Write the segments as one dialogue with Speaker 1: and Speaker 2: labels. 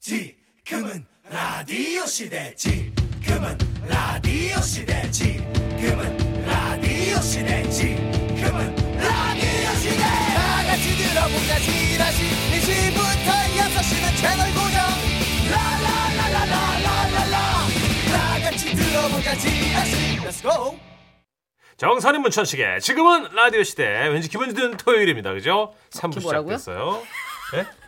Speaker 1: 지금은 라디오 시대 지금은 라디오 시대 지금은 라디오 시대 지금은 라디오 시대 다 같이 들어보자 지라시 1시부터 6시는 채널 고정 라라라라라라라라 다 같이 들어보자 지라시 Let's go
Speaker 2: 정선인 문천식의 지금은 라디오 시대 왠지 기분이 드는 토요일입니다. 그죠? 3부
Speaker 3: 뭐라고요?
Speaker 2: 시작됐어요.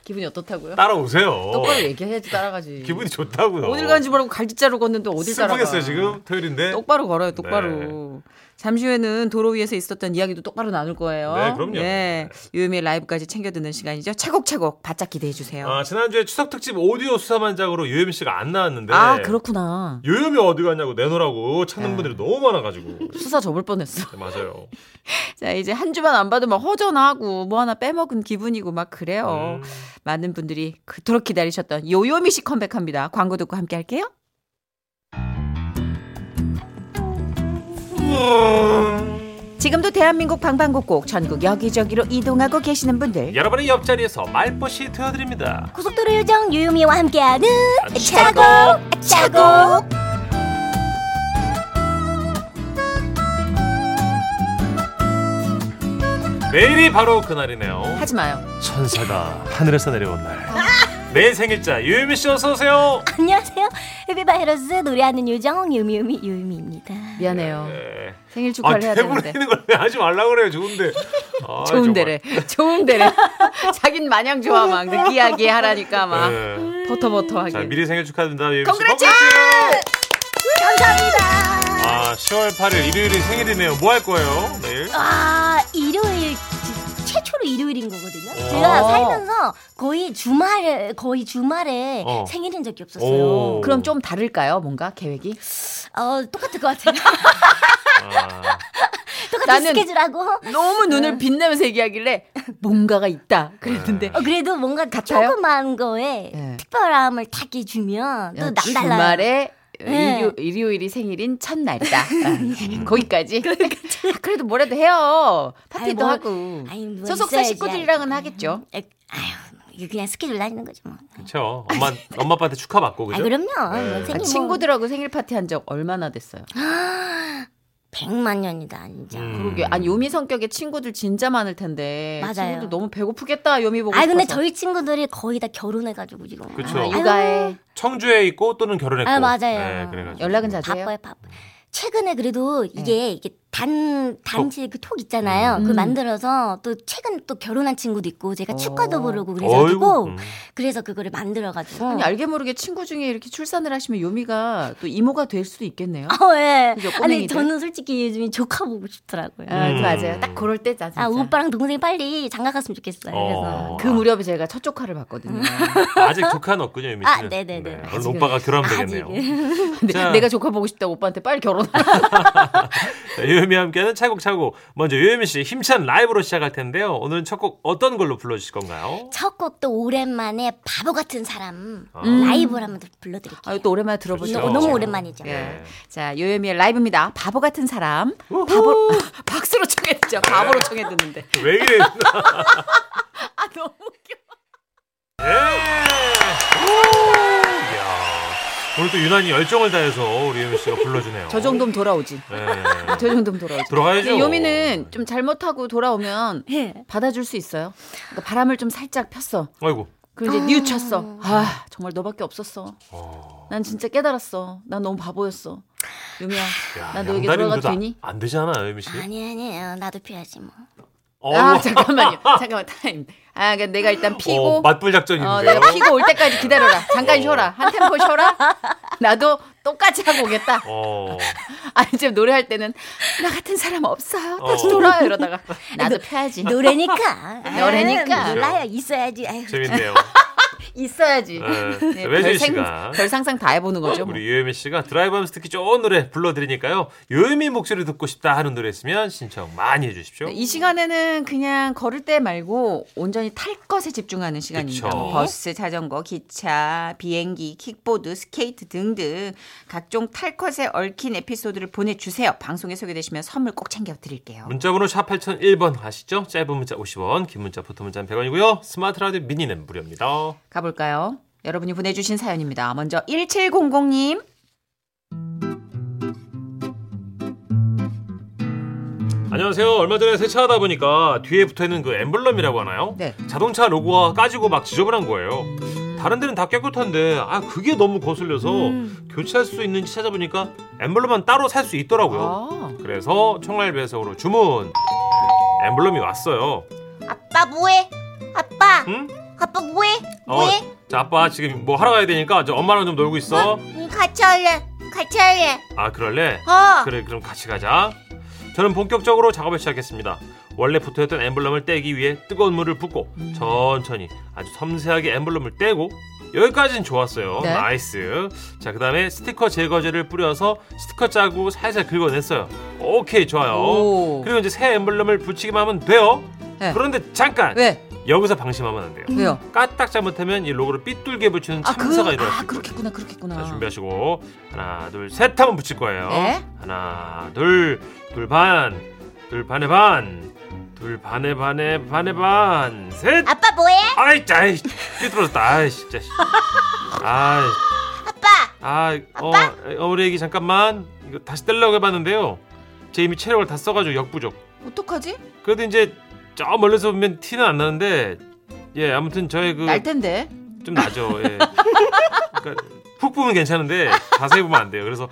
Speaker 3: 기분이 어떻다고요?
Speaker 2: 따라오세요.
Speaker 3: 똑바로 얘기해야지 따라가지.
Speaker 2: 아, 기분이 좋다고요.
Speaker 3: 어딜 가는지 모르고 갈짓자로 걷는데 어딜 따라가.
Speaker 2: 슬프겠어요 지금 네. 토요일인데.
Speaker 3: 똑바로 걸어요, 똑바로. 잠시 후에는 도로 위에서 있었던 이야기도 똑바로 나눌 거예요.
Speaker 2: 네, 그럼요.
Speaker 3: 네, 유미의 라이브까지 챙겨 듣는 시간이죠. 차곡차곡 바짝 기대해 주세요. 아,
Speaker 2: 아, 지난주에 추석 특집 오디오 수사반장으로 요요미 씨가 안 나왔는데.
Speaker 3: 아, 그렇구나.
Speaker 2: 요요미 어디 갔냐고 내놓으라고 찾는
Speaker 3: 네.
Speaker 2: 분들이 너무 많아가지고.
Speaker 3: 수사 접을 뻔했어.
Speaker 2: 네, 맞아요.
Speaker 3: 자, 이제 한 주만 안 봐도 막 허전하고 뭐 하나 빼먹은 기분이고 막 그래요.
Speaker 2: 음.
Speaker 3: 많은 분들이 그토록 기다리셨던 요요미 씨 컴백합니다. 광고 듣고 함께 할게요.
Speaker 2: 음.
Speaker 3: 지금도 대한민국 방방곡곡 전국 여기저기로 이동하고 계시는 분들
Speaker 2: 여러분의 옆자리에서 말벗이 되어드립니다.
Speaker 4: 고속도로 요정 유유미와 함께하는 차고 차고
Speaker 2: 내일이 바로 그날이네요.
Speaker 3: 하지 마요.
Speaker 2: 천사가 하늘에서 내려온 날. 내 생일자 유유미 씨 어서 오세요.
Speaker 4: 안녕하세요 해피바이러스 노래하는 요정 유미유미 유미입니다
Speaker 3: 미안해요.
Speaker 2: 네.
Speaker 3: 생일
Speaker 2: 아
Speaker 3: 축하를 해야 되는데.
Speaker 2: 대부분이는 걸왜 하지 말라 그래요 좋은데. 아,
Speaker 3: 좋은
Speaker 2: 정말.
Speaker 3: 데래. 좋은 데래. 자긴 마냥 좋아 막그 느끼하게 하라니까 막
Speaker 4: 아.
Speaker 2: 네. 자
Speaker 3: 버터버터하게.
Speaker 2: 미리 생일 축하드립니다 예, 유유미 씨.
Speaker 3: Congrats!
Speaker 2: Congrats!
Speaker 4: 감사합니다
Speaker 2: 아 10월 8일 일요일이 생일이네요. 뭐 할 거예요 내일?
Speaker 4: 아 일요일 지- 최초로 일요일인 거거든요.
Speaker 2: 어.
Speaker 4: 제가 살면서 거의 주말에 거의 주말에
Speaker 2: 어.
Speaker 4: 생일인 적이 없었어요.
Speaker 2: 오.
Speaker 3: 그럼 좀 다를까요? 뭔가 계획이?
Speaker 4: 어 똑같을 것 같아요.
Speaker 2: 아,
Speaker 4: 똑같은
Speaker 3: 나는-
Speaker 4: 스케줄하고 어,
Speaker 3: 너무 눈을 빛내면서 얘기하길래 뭔가가 있다 그랬는데
Speaker 2: 네.
Speaker 4: 어, 그래도 뭔가
Speaker 3: 같아요?
Speaker 4: 조그만 거에
Speaker 3: 예.
Speaker 4: 특별함을 타게 주면 또
Speaker 3: 야,
Speaker 4: 남달라요.
Speaker 3: 주말에
Speaker 4: 네.
Speaker 3: 일요, 일요일이 생일인 첫날이다. 아, 거기까지. 아, 그래도 뭐라도 해요. 파티도
Speaker 4: 그러니까 아이, 뭐,
Speaker 3: 하고.
Speaker 4: 아이, 뭐
Speaker 3: 소속사
Speaker 4: 있어야지.
Speaker 3: 식구들이랑은 하겠죠.
Speaker 4: 에, 아유 이게 그냥 스케줄 다니는 거죠 뭐.
Speaker 2: 그렇죠. 엄마 엄마 아빠한테 축하 받고
Speaker 4: 아
Speaker 2: 그죠?
Speaker 4: 그럼요.
Speaker 2: 네.
Speaker 4: 뭐
Speaker 3: 아,
Speaker 4: 생일
Speaker 3: 친구들하고 생일 파티 한 적 얼마나 됐어요?
Speaker 4: 백만 년이다 진짜.
Speaker 2: 음.
Speaker 3: 그러게. 아니, 요미 성격의 친구들 진짜 많을 텐데.
Speaker 4: 맞아요.
Speaker 3: 친구들 너무 배고프겠다, 요미 보고.
Speaker 4: 아 근데
Speaker 3: 싶어서.
Speaker 4: 저희 친구들이 거의 다 결혼해가지고 지금.
Speaker 2: 음. 그쵸.
Speaker 3: 아,
Speaker 2: 아유.
Speaker 3: 육아에
Speaker 4: 음,
Speaker 2: 청주에 있고 또는 결혼했고.
Speaker 4: 아, 맞아요.
Speaker 2: 네, 그래가지고.
Speaker 3: 연락은 자주 해요.
Speaker 4: 바빠요, 바빠.
Speaker 2: 네.
Speaker 4: 최근에 그래도 이게 이게 단 단지 그 톡 있잖아요.
Speaker 3: 음.
Speaker 4: 그그 만들어서 또 최근 또 결혼한 친구도 있고 제가
Speaker 3: 어.
Speaker 4: 축가도 부르고
Speaker 2: 어이구.
Speaker 4: 그래가지고 네,
Speaker 2: 음.
Speaker 4: 그래서 그거를 만들어 가지고.
Speaker 3: 아니, 알게 모르게 친구 중에 이렇게 출산을 하시면 요미가 또 이모가 될 수도 있겠네요.
Speaker 4: 어, 예.
Speaker 3: 그죠, 꼬맹이들.
Speaker 4: 아니 저는 솔직히 요즘에 조카 보고 싶더라고요.
Speaker 3: 아,
Speaker 2: 음.
Speaker 3: 맞아요. 딱 그럴 때다. 진짜.
Speaker 4: 아 오빠랑 동생이 빨리 장가 갔으면 좋겠어요.
Speaker 2: 어.
Speaker 4: 그래서
Speaker 3: 그 무렵에 제가 첫 조카를 봤거든요.
Speaker 4: 음.
Speaker 2: 아직 조카는 없군요, 유미
Speaker 4: 아,
Speaker 2: 씨는.
Speaker 4: 네네네.
Speaker 2: 오늘 오빠가 결혼하면 되겠네요.
Speaker 3: 근데
Speaker 2: 자.
Speaker 3: 내가 조카 보고 싶다고 오빠한테 빨리 결혼하라.
Speaker 2: 네, 요요미와 함께하는 차곡차곡. 먼저 요요미 씨 힘찬 라이브로 시작할 텐데요. 오늘은 첫 곡 어떤 걸로 불러주실 건가요?
Speaker 4: 첫 곡도 오랜만에 바보 같은 사람
Speaker 2: 아.
Speaker 4: 라이브로 한번 더 불러드릴게요.
Speaker 3: 아, 또 오랜만에 들어보죠.
Speaker 2: 그렇죠.
Speaker 4: 너무, 너무 오랜만이죠.
Speaker 3: 예. 자, 요요미의 라이브입니다. 바보 같은 사람. 바보 박수로 청해 듣죠. 바보로 청해 듣는데.
Speaker 2: 네. 왜 이래?
Speaker 3: 아, 너무 웃겨.
Speaker 2: 예. 오! 이야. 오늘 또 유난히 열정을 다해서 우리 요요미 씨가 불러주네요.
Speaker 3: 저 정도면 돌아오지.
Speaker 2: 예.
Speaker 3: 저 정도면 돌아오지.
Speaker 2: 들어가야죠.
Speaker 3: 근데 요미는 좀 잘못하고 돌아오면
Speaker 4: 예.
Speaker 3: 받아줄 수 있어요. 그러니까 바람을 좀 살짝 폈어.
Speaker 2: 아이고.
Speaker 3: 그리고 이제 뉘우쳤어. 아, 정말 너밖에 없었어. 난 진짜 깨달았어. 난 너무 바보였어. 요미야,
Speaker 2: 야,
Speaker 3: 나 너에게
Speaker 2: 양다리
Speaker 3: 돌아가도
Speaker 2: 운동도
Speaker 3: 되니?
Speaker 2: 안 되지 않아요, 요미 씨?
Speaker 4: 아니 아니에요. 나도 피하지 뭐.
Speaker 2: 어우.
Speaker 3: 아 잠깐만요. 잠깐만 타임. 아 그러니까 내가 일단 피고
Speaker 2: 어, 맞불 작전인데요.
Speaker 3: 어, 내가 피고 올 때까지 기다려라. 잠깐 쉬어라. 한 템포 쉬어라. 나도 똑같이 하고 오겠다.
Speaker 2: 어.
Speaker 3: 아니 지금 노래할 때는 나 같은 사람 없어요. 다시
Speaker 2: 어.
Speaker 3: 돌아요 이러다가 나도 펴야지.
Speaker 4: 노래니까. 아,
Speaker 3: 노래니까.
Speaker 4: 몰라요. 있어야지. 아유,
Speaker 2: 재밌네요.
Speaker 3: 있어야지.
Speaker 2: 네.
Speaker 3: 네,
Speaker 2: 외진
Speaker 3: 별, 생,
Speaker 2: 씨가
Speaker 3: 별 상상 다 해보는 거죠. 뭐.
Speaker 2: 어, 우리 유혜미 씨가 드라이브하면서 듣기 좋은 노래 불러드리니까요. 유혜미 목소리 듣고 싶다 하는 노래 있으면 신청 많이 해주십시오.
Speaker 3: 네, 이 시간에는 그냥 걸을 때 말고 온전히 탈 것에 집중하는 시간입니다.
Speaker 2: 그쵸.
Speaker 3: 뭐 버스, 자전거, 기차, 비행기, 킥보드, 스케이트 등등 각종 탈 것에 얽힌 에피소드를 보내주세요. 방송에 소개되시면 선물 꼭 챙겨드릴게요.
Speaker 2: 문자번호 샵 8001번 아시죠? 짧은 문자 50원, 긴 문자, 보통 문자 100원이고요. 스마트 라디오 미니는 무료입니다.
Speaker 3: 가볼까요? 여러분이 보내주신 사연입니다. 먼저 1700님.
Speaker 2: 안녕하세요. 얼마 전에 세차하다 보니까 뒤에 붙어 있는 그 엠블럼이라고 하나요?
Speaker 3: 네.
Speaker 2: 자동차 로고가 까지고 막 지저분한 거예요. 다른 데는 다 깨끗한데 아 그게 너무 거슬려서
Speaker 3: 음.
Speaker 2: 교체할 수 있는지 찾아보니까 엠블럼만 따로 살 수 있더라고요.
Speaker 3: 아,
Speaker 2: 그래서 청랄 배송으로 주문. 엠블럼이 왔어요.
Speaker 4: 아빠 뭐해? 아빠,
Speaker 2: 응?
Speaker 4: 아빠 뭐해?
Speaker 2: 어,
Speaker 4: 뭐해?
Speaker 2: 자 아빠 지금 뭐 하러 가야 되니까 저 엄마랑 좀 놀고 있어.
Speaker 4: 응, 같이 할래. 같이 할래.
Speaker 2: 아 그럴래?
Speaker 4: 어.
Speaker 2: 그래 그럼 같이 가자. 저는 본격적으로 작업을 시작했습니다. 원래 붙어있던 엠블럼을 떼기 위해 뜨거운 물을 붓고
Speaker 3: 음.
Speaker 2: 천천히 아주 섬세하게 엠블럼을 떼고 여기까지는 좋았어요.
Speaker 3: 네.
Speaker 2: 나이스. 자 그다음에 스티커 제거제를 뿌려서 스티커 짜고 살살 긁어냈어요. 오케이 좋아요.
Speaker 3: 오.
Speaker 2: 그리고 이제 새 엠블럼을 붙이기만 하면 돼요.
Speaker 3: 네.
Speaker 2: 그런데 잠깐
Speaker 3: 왜?
Speaker 2: 여기서 방심하면 안 돼요.
Speaker 3: 왜요?
Speaker 2: 까딱 잘못하면 이 로고를 삐뚤게 붙이는
Speaker 3: 아, 그,
Speaker 2: 참사가 일어날 수
Speaker 3: 아,
Speaker 2: 있거든요.
Speaker 3: 그렇겠구나, 그렇겠구나.
Speaker 2: 자, 준비하시고 하나 둘셋 하면 붙일 거예요.
Speaker 3: 네.
Speaker 2: 하나 둘둘반 둘반의 반 둘반의 반의 반의 반셋
Speaker 4: 아빠 뭐해?
Speaker 2: 아이 짜이 삐뚤어졌다 아이 진짜 아이
Speaker 4: 아빠.
Speaker 2: 아어 어, 우리 애기 잠깐만 이거 다시 떼려고 해봤는데요. 제 이미 체력을 다 써가지고 역부족.
Speaker 3: 어떡하지?
Speaker 2: 그래도 이제 저 멀리서 보면 티는 안 나는데 예 아무튼 저의 그
Speaker 3: 날 텐데.
Speaker 2: 좀 나죠. 예. 그러니까 훅 보면 괜찮은데 자세히 보면 안 돼요. 그래서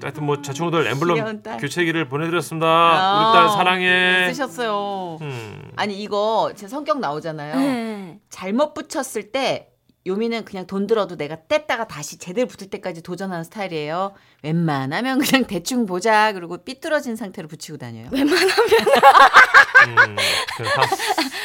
Speaker 2: 하여튼 뭐 자충우돌
Speaker 3: 귀여운
Speaker 2: 엠블럼
Speaker 3: 딸.
Speaker 2: 교체기를 보내드렸습니다.
Speaker 3: 아,
Speaker 2: 우리 딸 사랑해.
Speaker 3: 쓰셨어요.
Speaker 2: 음.
Speaker 3: 아니 이거 제 성격
Speaker 4: 어.
Speaker 3: 나오잖아요.
Speaker 4: 응.
Speaker 3: 잘못 붙였을 때 요미는 그냥 돈 들어도 내가 뗐다가 다시 제대로 붙을 때까지 도전하는 스타일이에요. 웬만하면 그냥 대충 보자 그리고 삐뚤어진 상태로 붙이고 다녀요.
Speaker 2: 음. 그래서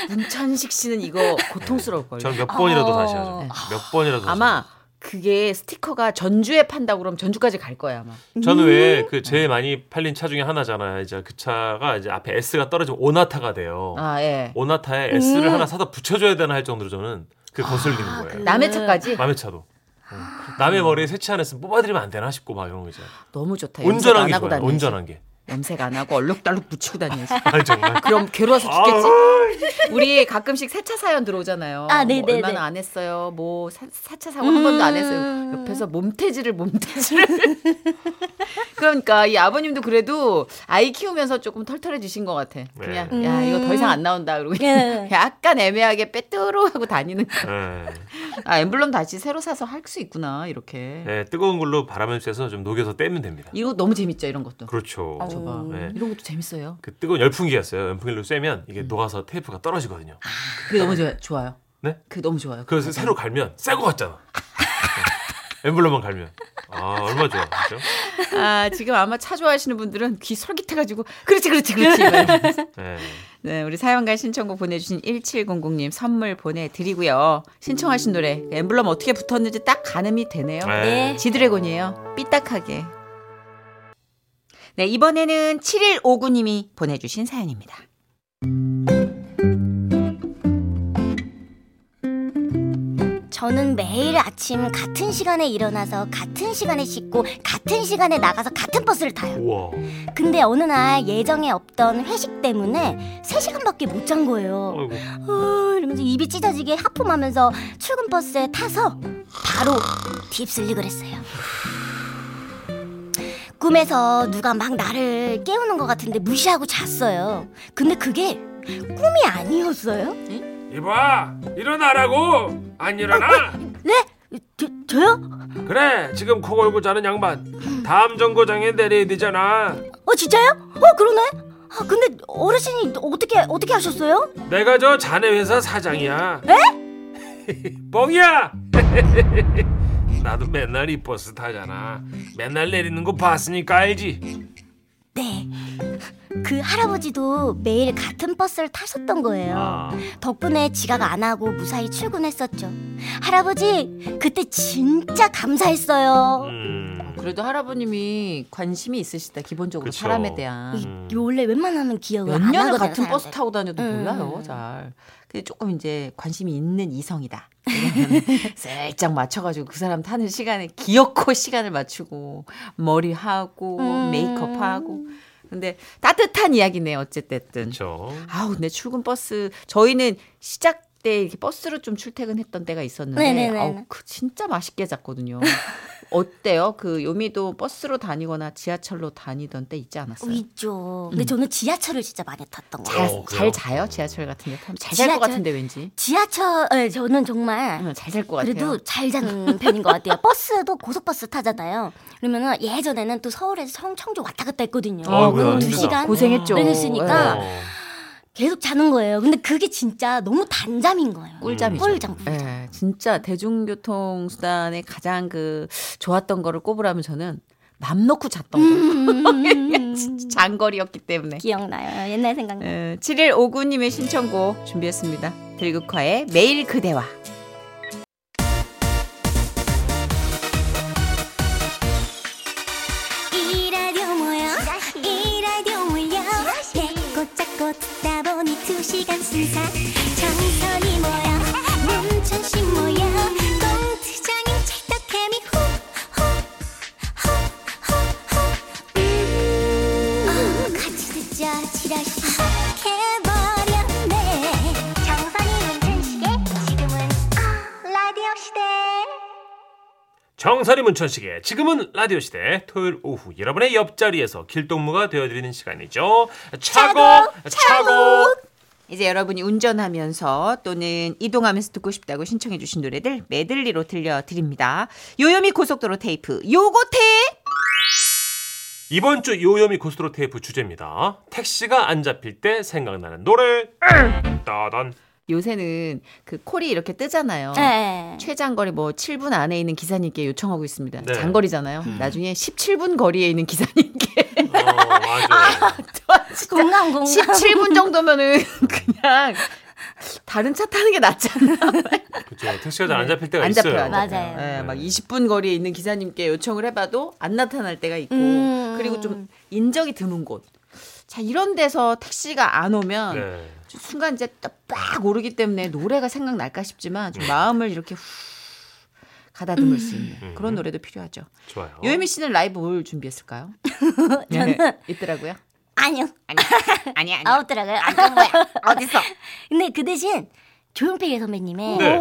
Speaker 3: 문천식 씨는 이거 고통스러울 걸요.
Speaker 2: 저몇 번이라도 다시
Speaker 3: 네.
Speaker 2: 하죠. 몇 번이라도 다시
Speaker 3: 아마 그게 스티커가 전주에 판다고 그러면 전주까지 갈 거예요 아마.
Speaker 2: 저는 왜
Speaker 3: 음.
Speaker 2: 그 제일 많이 팔린 차 중에 하나잖아요. 이제 그 차가 이제 앞에 S가 떨어지면 오나타가 돼요.
Speaker 3: 아 예.
Speaker 2: 오나타에 S를 하나 사다 붙여줘야 되나 할 정도로 저는 그
Speaker 3: 아,
Speaker 2: 거슬리는 거예요.
Speaker 3: 남의 차까지
Speaker 2: 남의 차도. 음. 남의 머리에 세치 안 했으면 뽑아드리면 안 되나 싶고 막 이런 거 있잖아요.
Speaker 3: 너무 좋다. 염색
Speaker 2: 온전한
Speaker 3: 네, 안
Speaker 2: 게
Speaker 3: 하고
Speaker 2: 좋아요.
Speaker 3: 다니지.
Speaker 2: 온전한 게.
Speaker 3: 염색 안 하고 얼룩달룩 붙이고 다니지.
Speaker 2: 아 정말.
Speaker 3: 그럼 괴로워서 죽겠지. 우리 가끔씩 세차 사연 들어오잖아요.
Speaker 4: 아, 네,
Speaker 3: 뭐
Speaker 4: 네,
Speaker 3: 얼마나
Speaker 4: 네.
Speaker 3: 안 했어요. 뭐 사, 차 사고 한 번도 안 했어요.
Speaker 4: 음.
Speaker 3: 옆에서 몸태지를 몸태지를. 그러니까 이 아버님도 그래도 아이 키우면서 조금 털털해지신 것 같아. 그냥
Speaker 4: 네.
Speaker 3: 야 이거 더 이상 안 나온다 그러고 약간 애매하게 빼뚜로하고 다니는. 거.
Speaker 2: 예.
Speaker 3: 아 엠블럼 다시 새로 사서 할 수 있구나 이렇게.
Speaker 2: 예, 뜨거운 걸로 바람을 쐬서 좀 녹여서 떼면 됩니다.
Speaker 3: 이거 너무 재밌죠 이런 것도.
Speaker 2: 그렇죠.
Speaker 3: 저봐.
Speaker 2: 예.
Speaker 3: 이런 것도 재밌어요.
Speaker 2: 그 뜨거운 열풍기였어요. 열풍기로 쐬면 이게 녹아서 테이프가 떨어지거든요.
Speaker 3: 그게 너무 음. 좋아- 좋아요.
Speaker 2: 네?
Speaker 3: 그게 너무 좋아요.
Speaker 2: 그래서 새로 갈면 새 거 같잖아. 네. 엠블럼만 갈면. 아 얼마 좋아. 그죠?
Speaker 3: 아, 지금 아마 차 좋아하시는 분들은 귀 솔깃해가지고, 그렇지, 그렇지, 그렇지. 이러면서.
Speaker 2: 예.
Speaker 3: 네, 우리 사연과 신청곡 보내주신 1700님 선물 보내드리고요. 신청하신 노래, 엠블럼 어떻게 붙었는지 딱 가늠이 되네요.
Speaker 2: 예.
Speaker 3: 지드래곤이에요. 삐딱하게. 네, 이번에는 7159님이 보내주신 사연입니다.
Speaker 4: 저는 매일 아침 같은 시간에 일어나서 같은 시간에 씻고 같은 시간에 나가서 같은 버스를 타요.
Speaker 2: 우와.
Speaker 4: 근데 어느 날 예정에 없던 회식 때문에 3시간밖에 못 잔 거예요.
Speaker 2: 아이고.
Speaker 4: 어, 이러면서 입이 찢어지게 하품하면서 출근 버스에 타서 바로 딥슬립을 했어요. 꿈에서 누가 막 나를 깨우는 것 같은데 무시하고 잤어요. 근데 그게 꿈이 아니었어요.
Speaker 2: 이봐 일어나라고 안 일어나.
Speaker 4: 네? 저, 저요?
Speaker 2: 그래 지금 코 골고 자는 양반 다음 정거장에 내려야 되잖아.
Speaker 4: 어 진짜요? 어 그러네. 아 근데 어르신이 어떻게 어떻게 하셨어요?
Speaker 2: 내가 저 자네 회사 사장이야. 에? 뻥이야. 나도 맨날 이 버스 타잖아. 맨날 내리는 거 봤으니까 알지.
Speaker 4: 네. 그 할아버지도 매일 같은 버스를 타셨던 거예요.
Speaker 2: 아.
Speaker 4: 덕분에 지각 안 하고 무사히 출근했었죠. 할아버지 그때 진짜 감사했어요.
Speaker 2: 음.
Speaker 3: 그래도 할아버님이 관심이 있으시다, 기본적으로
Speaker 2: 그쵸.
Speaker 3: 사람에 대한.
Speaker 4: 이- 요 원래 웬만하면 기억을
Speaker 3: 몇
Speaker 4: 안
Speaker 3: 년을
Speaker 4: 하거든요.
Speaker 3: 같은
Speaker 4: 사람들.
Speaker 3: 버스 타고 다녀도
Speaker 4: 음.
Speaker 3: 몰라요, 잘. 근데 조금 이제 관심이 있는 이성이다. 살짝 맞춰가지고 그 사람 타는 시간에 기어코 시간을 맞추고 머리하고
Speaker 4: 음.
Speaker 3: 메이크업하고. 근데 따뜻한 이야기네요, 어쨌든.
Speaker 2: 그렇죠.
Speaker 3: 아우, 내 출근 버스 저희는 시작 때 이렇게 버스로 좀 출퇴근했던 때가 있었는데
Speaker 4: 네네네네.
Speaker 3: 아우, 그 진짜 맛있게 잤거든요. 어때요? 그 요미도 버스로 다니거나 지하철로 다니던 때 있지 않았어요? 음.
Speaker 4: 있죠. 근데 저는 지하철을 진짜 많이 탔던 것 같아요.
Speaker 3: 잘,
Speaker 2: 어,
Speaker 3: 잘
Speaker 2: 그래요?
Speaker 3: 자요? 지하철 같은 데 타면 잘잘 것
Speaker 4: 지하철-
Speaker 3: 같은데 왠지.
Speaker 4: 지하철, 네, 저는 정말
Speaker 3: 잘 잘 음, 것 같아요.
Speaker 4: 그래도 잘 자는 편인 것 같아요. 버스도 고속버스 타잖아요. 그러면은 예전에는 또 서울에서 성, 청주 왔다 갔다 했거든요.
Speaker 2: 아이고야,
Speaker 4: 그럼 두
Speaker 2: 힘들다.
Speaker 4: 시간
Speaker 3: 고생했죠.
Speaker 4: 그랬으니까
Speaker 3: 네.
Speaker 2: 어.
Speaker 4: 계속 자는 거예요. 근데 그게 진짜 너무 단잠인 거예요.
Speaker 3: 꿀잠이죠.
Speaker 4: 꿀잠, 꿀잠.
Speaker 3: 예, 진짜 대중교통 수단의 가장 그 좋았던 거를 꼽으라면 저는 맘 놓고 잤던 거. 진짜 장거리였기 때문에.
Speaker 4: 기억나요. 옛날 생각. 나
Speaker 3: 7159님의 신청곡 준비했습니다. 들국화의 매일 그대와.
Speaker 4: 이 라디오 뭐야? 이 라디오 뭐야? 배꼽 잡고 듣다 보니 두 시간 순삭 정선이 뭐야? 문천식 뭐야? 공투장인 찰떡개미 후후후후후 음. 아, 같이 듣자 지라시 해버렸네 정선이 문천식의 지금은 라디오 시대
Speaker 2: 정선이 문천식의 지금은 라디오 시대 토요일 오후 여러분의 옆자리에서 길동무가 되어드리는 시간이죠. 차고 차고.
Speaker 3: 이제 여러분이 운전하면서 또는 이동하면서 듣고 싶다고 신청해 주신 노래들 메들리로 들려드립니다. 요요미 고속도로 테이프 요고테
Speaker 2: 이번 주 요요미 고스트로 테이프 주제입니다. 택시가 안 잡힐 때 생각나는 노래. 따단.
Speaker 3: 요새는 그 콜이 이렇게 뜨잖아요.
Speaker 4: 네.
Speaker 3: 최장거리 뭐 7분 안에 있는 기사님께 요청하고 있습니다.
Speaker 2: 네.
Speaker 3: 장거리잖아요. 나중에 17분 거리에 있는 기사님께
Speaker 2: 어, 맞아.
Speaker 4: 공감 공감
Speaker 3: 17분 정도면은 그냥 다른 차 타는 게 낫지 않나.
Speaker 2: 그죠. 택시가 잘 안 잡힐 때가
Speaker 3: 네. 안
Speaker 2: 있어요.
Speaker 3: 잡혀요, 안
Speaker 4: 맞아요.
Speaker 3: 예, 막 20분 거리에 있는 기사님께 요청을 해봐도 안 나타날 때가 있고
Speaker 4: 음.
Speaker 3: 그리고 좀 인적이 드문 곳. 자 이런 데서 택시가 안 오면
Speaker 2: 네.
Speaker 3: 순간 이제 빡 오르기 때문에 노래가 생각날까 싶지만
Speaker 2: 네.
Speaker 3: 좀 마음을 이렇게 후 가다듬을 수 있는
Speaker 2: 음.
Speaker 3: 그런 노래도 필요하죠.
Speaker 2: 좋아요.
Speaker 3: 요예미 씨는 라이브 뭘 준비했을까요? 저는 있더라고요.
Speaker 4: 아니요
Speaker 3: 아니 아니. 네.
Speaker 4: 아웃더라고요
Speaker 3: 어디서?
Speaker 4: 근데 그 대신 조용필 선배님의
Speaker 2: 네.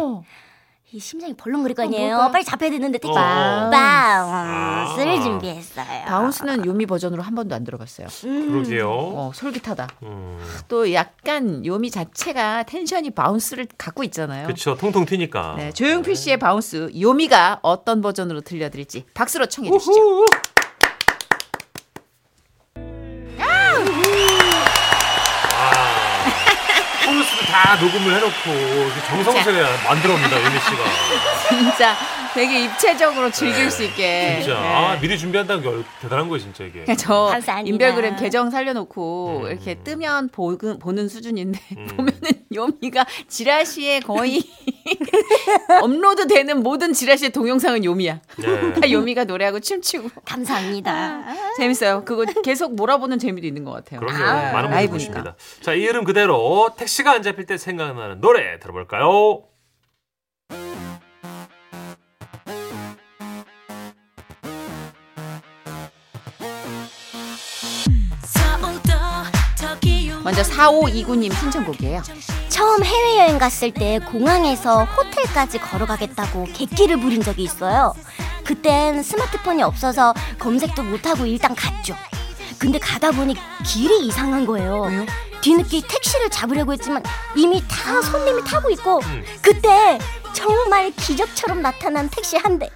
Speaker 4: 이 심장이 벌렁거릴 거
Speaker 3: 어,
Speaker 4: 아니에요
Speaker 3: 뭐가?
Speaker 4: 빨리 잡혀야 되는데 택시
Speaker 2: 어.
Speaker 4: 바운스를 준비했어요
Speaker 3: 바운스는 요미 버전으로 한 번도 안 들어봤어요.
Speaker 2: 그러게요.
Speaker 3: 어, 솔깃하다.
Speaker 2: 음.
Speaker 3: 또 약간 요미 자체가 텐션이 바운스를 갖고 있잖아요.
Speaker 2: 그쵸. 통통 튀니까.
Speaker 3: 어. 네, 조용필 씨의 바운스 요미가 어떤 버전으로 들려드릴지 박수로 청해 주시죠.
Speaker 2: 우후. 아. 코러스도 다 녹음을 해놓고 이렇게 정성스레 만들어옵니다 유미 씨가
Speaker 3: 진짜 되게 입체적으로 즐길
Speaker 2: 네,
Speaker 3: 수 있게.
Speaker 2: 진짜
Speaker 3: 네.
Speaker 2: 아, 미리 준비한다는 게 대단한 거예요 진짜 이게
Speaker 3: 그냥 저
Speaker 4: 감사합니다.
Speaker 3: 인별그램 계정 살려놓고
Speaker 2: 음.
Speaker 3: 이렇게 뜨면 보, 보는 수준인데
Speaker 2: 음.
Speaker 3: 보면은 요미가 지라시에 거의 업로드되는 모든 지라시의 동영상은 요미야.
Speaker 2: 네.
Speaker 3: 다 요미가 노래하고 춤추고
Speaker 4: 감사합니다
Speaker 3: 재밌어요. 그거 계속 몰아보는 재미도 있는 것 같아요.
Speaker 2: 그럼요
Speaker 4: 아,
Speaker 2: 많은 분들이
Speaker 3: 라이브니까.
Speaker 2: 보십니다 자이 흐름 그대로 택시가 안 잡힐 때 생각나는 노래 들어볼까요
Speaker 3: 먼저 4529님 신청곡이에요.
Speaker 4: 처음 해외여행 갔을 때 공항에서 호텔까지 걸어가겠다고 객기를 부린 적이 있어요 그땐 스마트폰이 없어서 검색도 못하고 일단 갔죠 근데 가다 보니 길이 이상한 거예요 뒤늦게 택시를 잡으려고 했지만 이미 다 손님이 타고 있고
Speaker 2: 음.
Speaker 4: 그때 정말 기적처럼 나타난 택시 한 대.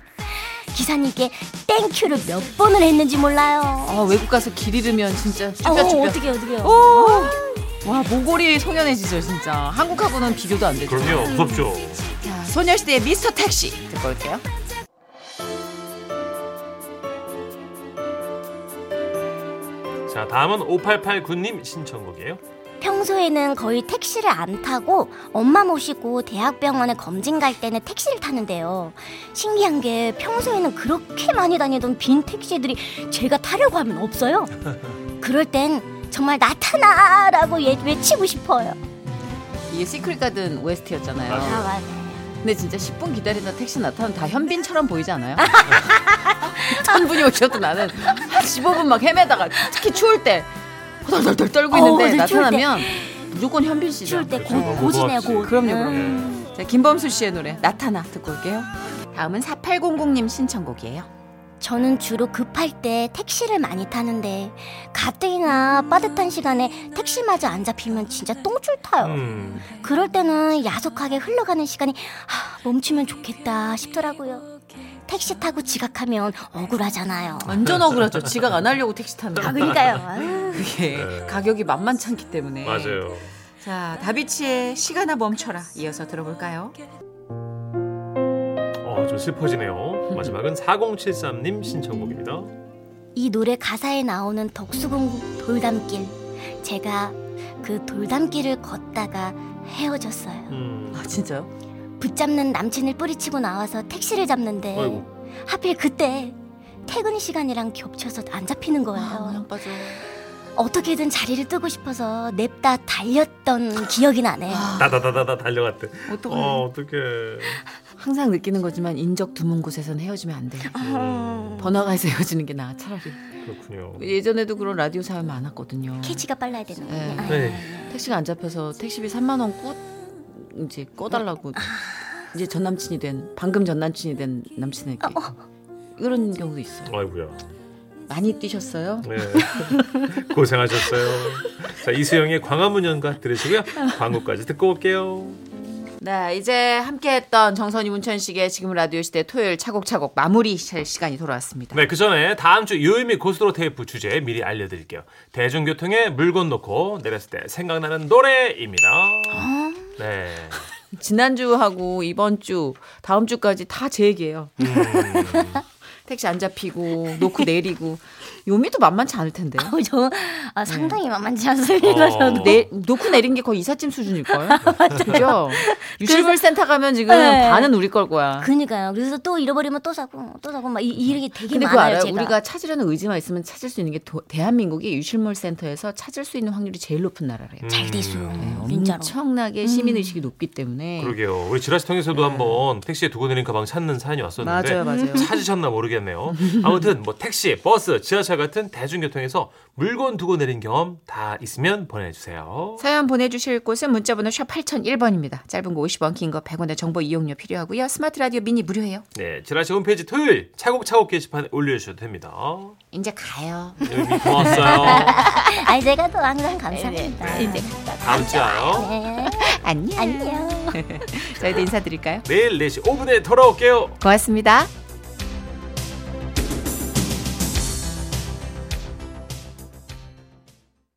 Speaker 4: 기사님께 땡큐를 몇 번을 했는지 몰라요.
Speaker 3: 아, 외국 가서 길 잃으면 진짜
Speaker 4: 어,
Speaker 3: 쭈뼛쭈뼛.
Speaker 4: 어떻게 어떻게요?
Speaker 3: 오! 와 모골이 소년해지죠 진짜. 한국하고는 비교도 안 되죠.
Speaker 2: 그럼요 무섭죠
Speaker 3: 자, 소녀시대의 미스터 택시 듣고 올게요.
Speaker 2: 자 다음은 5889님 신청곡이에요
Speaker 4: 평소에는 거의 택시를 안 타고 엄마 모시고 대학병원에 검진 갈 때는 택시를 타는데요. 신기한 게 평소에는 그렇게 많이 다니던 빈 택시들이 제가 타려고 하면 없어요. 그럴 땐 정말 나타나라고 예- 외치고 싶어요.
Speaker 3: 이게 시크릿 가든 OST였잖아요.
Speaker 2: 맞아요.
Speaker 4: 아, 맞아.
Speaker 3: 근데 진짜 10분 기다리다 택시 나타나면 다 현빈처럼 보이지 않아요? 한 분이 오셔도 나는 한 15분 막 헤매다가 특히 추울 때 호덜덜덜 떨고
Speaker 4: 어,
Speaker 3: 있는데
Speaker 4: 맞아, 추울 때.
Speaker 3: 나타나면 무조건 현빈 씨죠.
Speaker 4: 추울 때
Speaker 2: 그렇죠. 네.
Speaker 4: 고, 고지네요
Speaker 2: 고고압지.
Speaker 4: 고.
Speaker 3: 그럼요, 그럼요.
Speaker 4: 음.
Speaker 3: 자, 김범수 씨의 노래 나타나 듣고 올게요. 다음은 4800님 신청곡이에요.
Speaker 4: 저는 주로 급할 때 택시를 많이 타는데 가뜩이나 빠듯한 시간에 택시마저 안 잡히면 진짜 똥줄 타요.
Speaker 2: 음.
Speaker 4: 그럴 때는 야속하게 흘러가는 시간이 하, 멈추면 좋겠다 싶더라고요. 택시 타고 지각하면 억울하잖아요.
Speaker 3: 완전 억울하죠. 지각 안 하려고 택시 타는
Speaker 4: 아
Speaker 3: 거.
Speaker 4: 그러니까요. 아유.
Speaker 3: 그게
Speaker 2: 네.
Speaker 3: 가격이 만만치 않기 때문에.
Speaker 2: 맞아요.
Speaker 3: 자, 다비치의 시간아 멈춰라 이어서 들어볼까요?
Speaker 2: 어, 좀 슬퍼지네요. 마지막은 4073님 신청곡입니다.
Speaker 4: 이 노래 가사에 나오는 덕수궁 돌담길 제가 그 돌담길을 걷다가 헤어졌어요.
Speaker 2: 음.
Speaker 3: 아, 진짜요?
Speaker 4: 붙잡는 남친을 뿌리치고 나와서 택시를 잡는데
Speaker 2: 아이고.
Speaker 4: 하필 그때 퇴근 시간이랑 겹쳐서 안 잡히는 거예요.
Speaker 3: 빠져.
Speaker 4: 어떻게든 자리를 뜨고 싶어서 냅다 달렸던 기억이 나네요.
Speaker 2: 다다다다다 달려갔대.
Speaker 3: 어떡해.
Speaker 2: 어, 어떡해.
Speaker 3: 항상 느끼는 거지만 인적 드문 곳에선 헤어지면 안 돼.
Speaker 4: 아.
Speaker 2: 음,
Speaker 3: 번화가에서 헤어지는 게 나아 차라리.
Speaker 2: 그렇군요.
Speaker 3: 예전에도 그런 라디오 사연 많았거든요.
Speaker 4: 캐치가 빨라야 되는 거예요.
Speaker 3: 네.
Speaker 4: 아,
Speaker 2: 네.
Speaker 3: 택시가 안 잡혀서 택시비 3만 원 꾸, 이제
Speaker 4: 어?
Speaker 3: 꺼달라고 이제 전 남친이 된 방금 전 남친이 된 남친에게
Speaker 4: 어,
Speaker 3: 이런 경우도 있어요.
Speaker 2: 아이고야.
Speaker 3: 많이 뛰셨어요?
Speaker 2: 네. 고생하셨어요. 자, 이수영의 광화문 연가 들으시고요. 광고까지 듣고 올게요.
Speaker 3: 네, 이제 함께했던 정선이 문천식의 지금 라디오 시대 토요일 차곡차곡 마무리 할 시간이 돌아왔습니다.
Speaker 2: 네, 그 전에 다음 주 유의미 고스로 테이프 주제 미리 알려드릴게요. 대중교통에 물건 놓고 내렸을 때 생각나는 노래입니다. 네.
Speaker 3: 지난주하고 이번 주, 다음 주까지 다 제 얘기예요.
Speaker 4: 음.
Speaker 3: 택시 안 잡히고 놓고 내리고 요미도 만만치 않을 텐데.
Speaker 4: 아우, 저
Speaker 3: 네.
Speaker 4: 아, 상당히 만만치 않습니다. 저도.
Speaker 3: 내, 놓고 내린 게 거의 이삿짐 수준일걸. 그죠? 유실물센터 가면 지금
Speaker 4: 네.
Speaker 3: 반은 우리 걸 거야.
Speaker 4: 그니까요. 그래서 또 잃어버리면 또 사고 또 사고 막 이, 이런 게 되게
Speaker 3: 근데
Speaker 4: 많아요.
Speaker 3: 그거 알아요?
Speaker 4: 제가.
Speaker 3: 우리가 찾으려는 의지만 있으면 찾을 수 있는 게 도- 대한민국이 유실물센터에서 찾을 수 있는 확률이 제일 높은 나라래요.
Speaker 4: 잘 됐어요.
Speaker 3: 네,
Speaker 4: 음. 진짜로.
Speaker 3: 엄청나게 시민의식이 높기 때문에.
Speaker 2: 그러게요. 우리 지라시통에서도 한번 택시에 두고 내린 가방 찾는 사연이 왔었는데
Speaker 3: 네.
Speaker 2: 음,
Speaker 3: 맞아요, 맞아요.
Speaker 2: 찾으셨나 모르겠네요. 아무튼 뭐 택시, 버스, 지하철 같은 대중교통에서 물건 두고 내린 경험 다 있으면 보내주세요.
Speaker 3: 사연 보내주실 곳은 문자번호 샵 8001번입니다. 짧은 거 50원, 긴 거 100원의 정보 이용료 필요하고요. 스마트 라디오 미니 무료예요.
Speaker 2: 네, 지라시 홈페이지 토요일 차곡차곡 게시판에 올려주셔도 됩니다.
Speaker 3: 이제 가요.
Speaker 4: 네.
Speaker 2: 여기 고맙어요.
Speaker 4: 아, 제가 또 항상
Speaker 3: 네,
Speaker 4: 감사합니다.
Speaker 2: 다음 주요.
Speaker 4: 네.
Speaker 3: 안녕.
Speaker 4: 안녕.
Speaker 3: 저희도 인사드릴까요?
Speaker 2: 내일 4시 5분에 돌아올게요.
Speaker 3: 고맙습니다.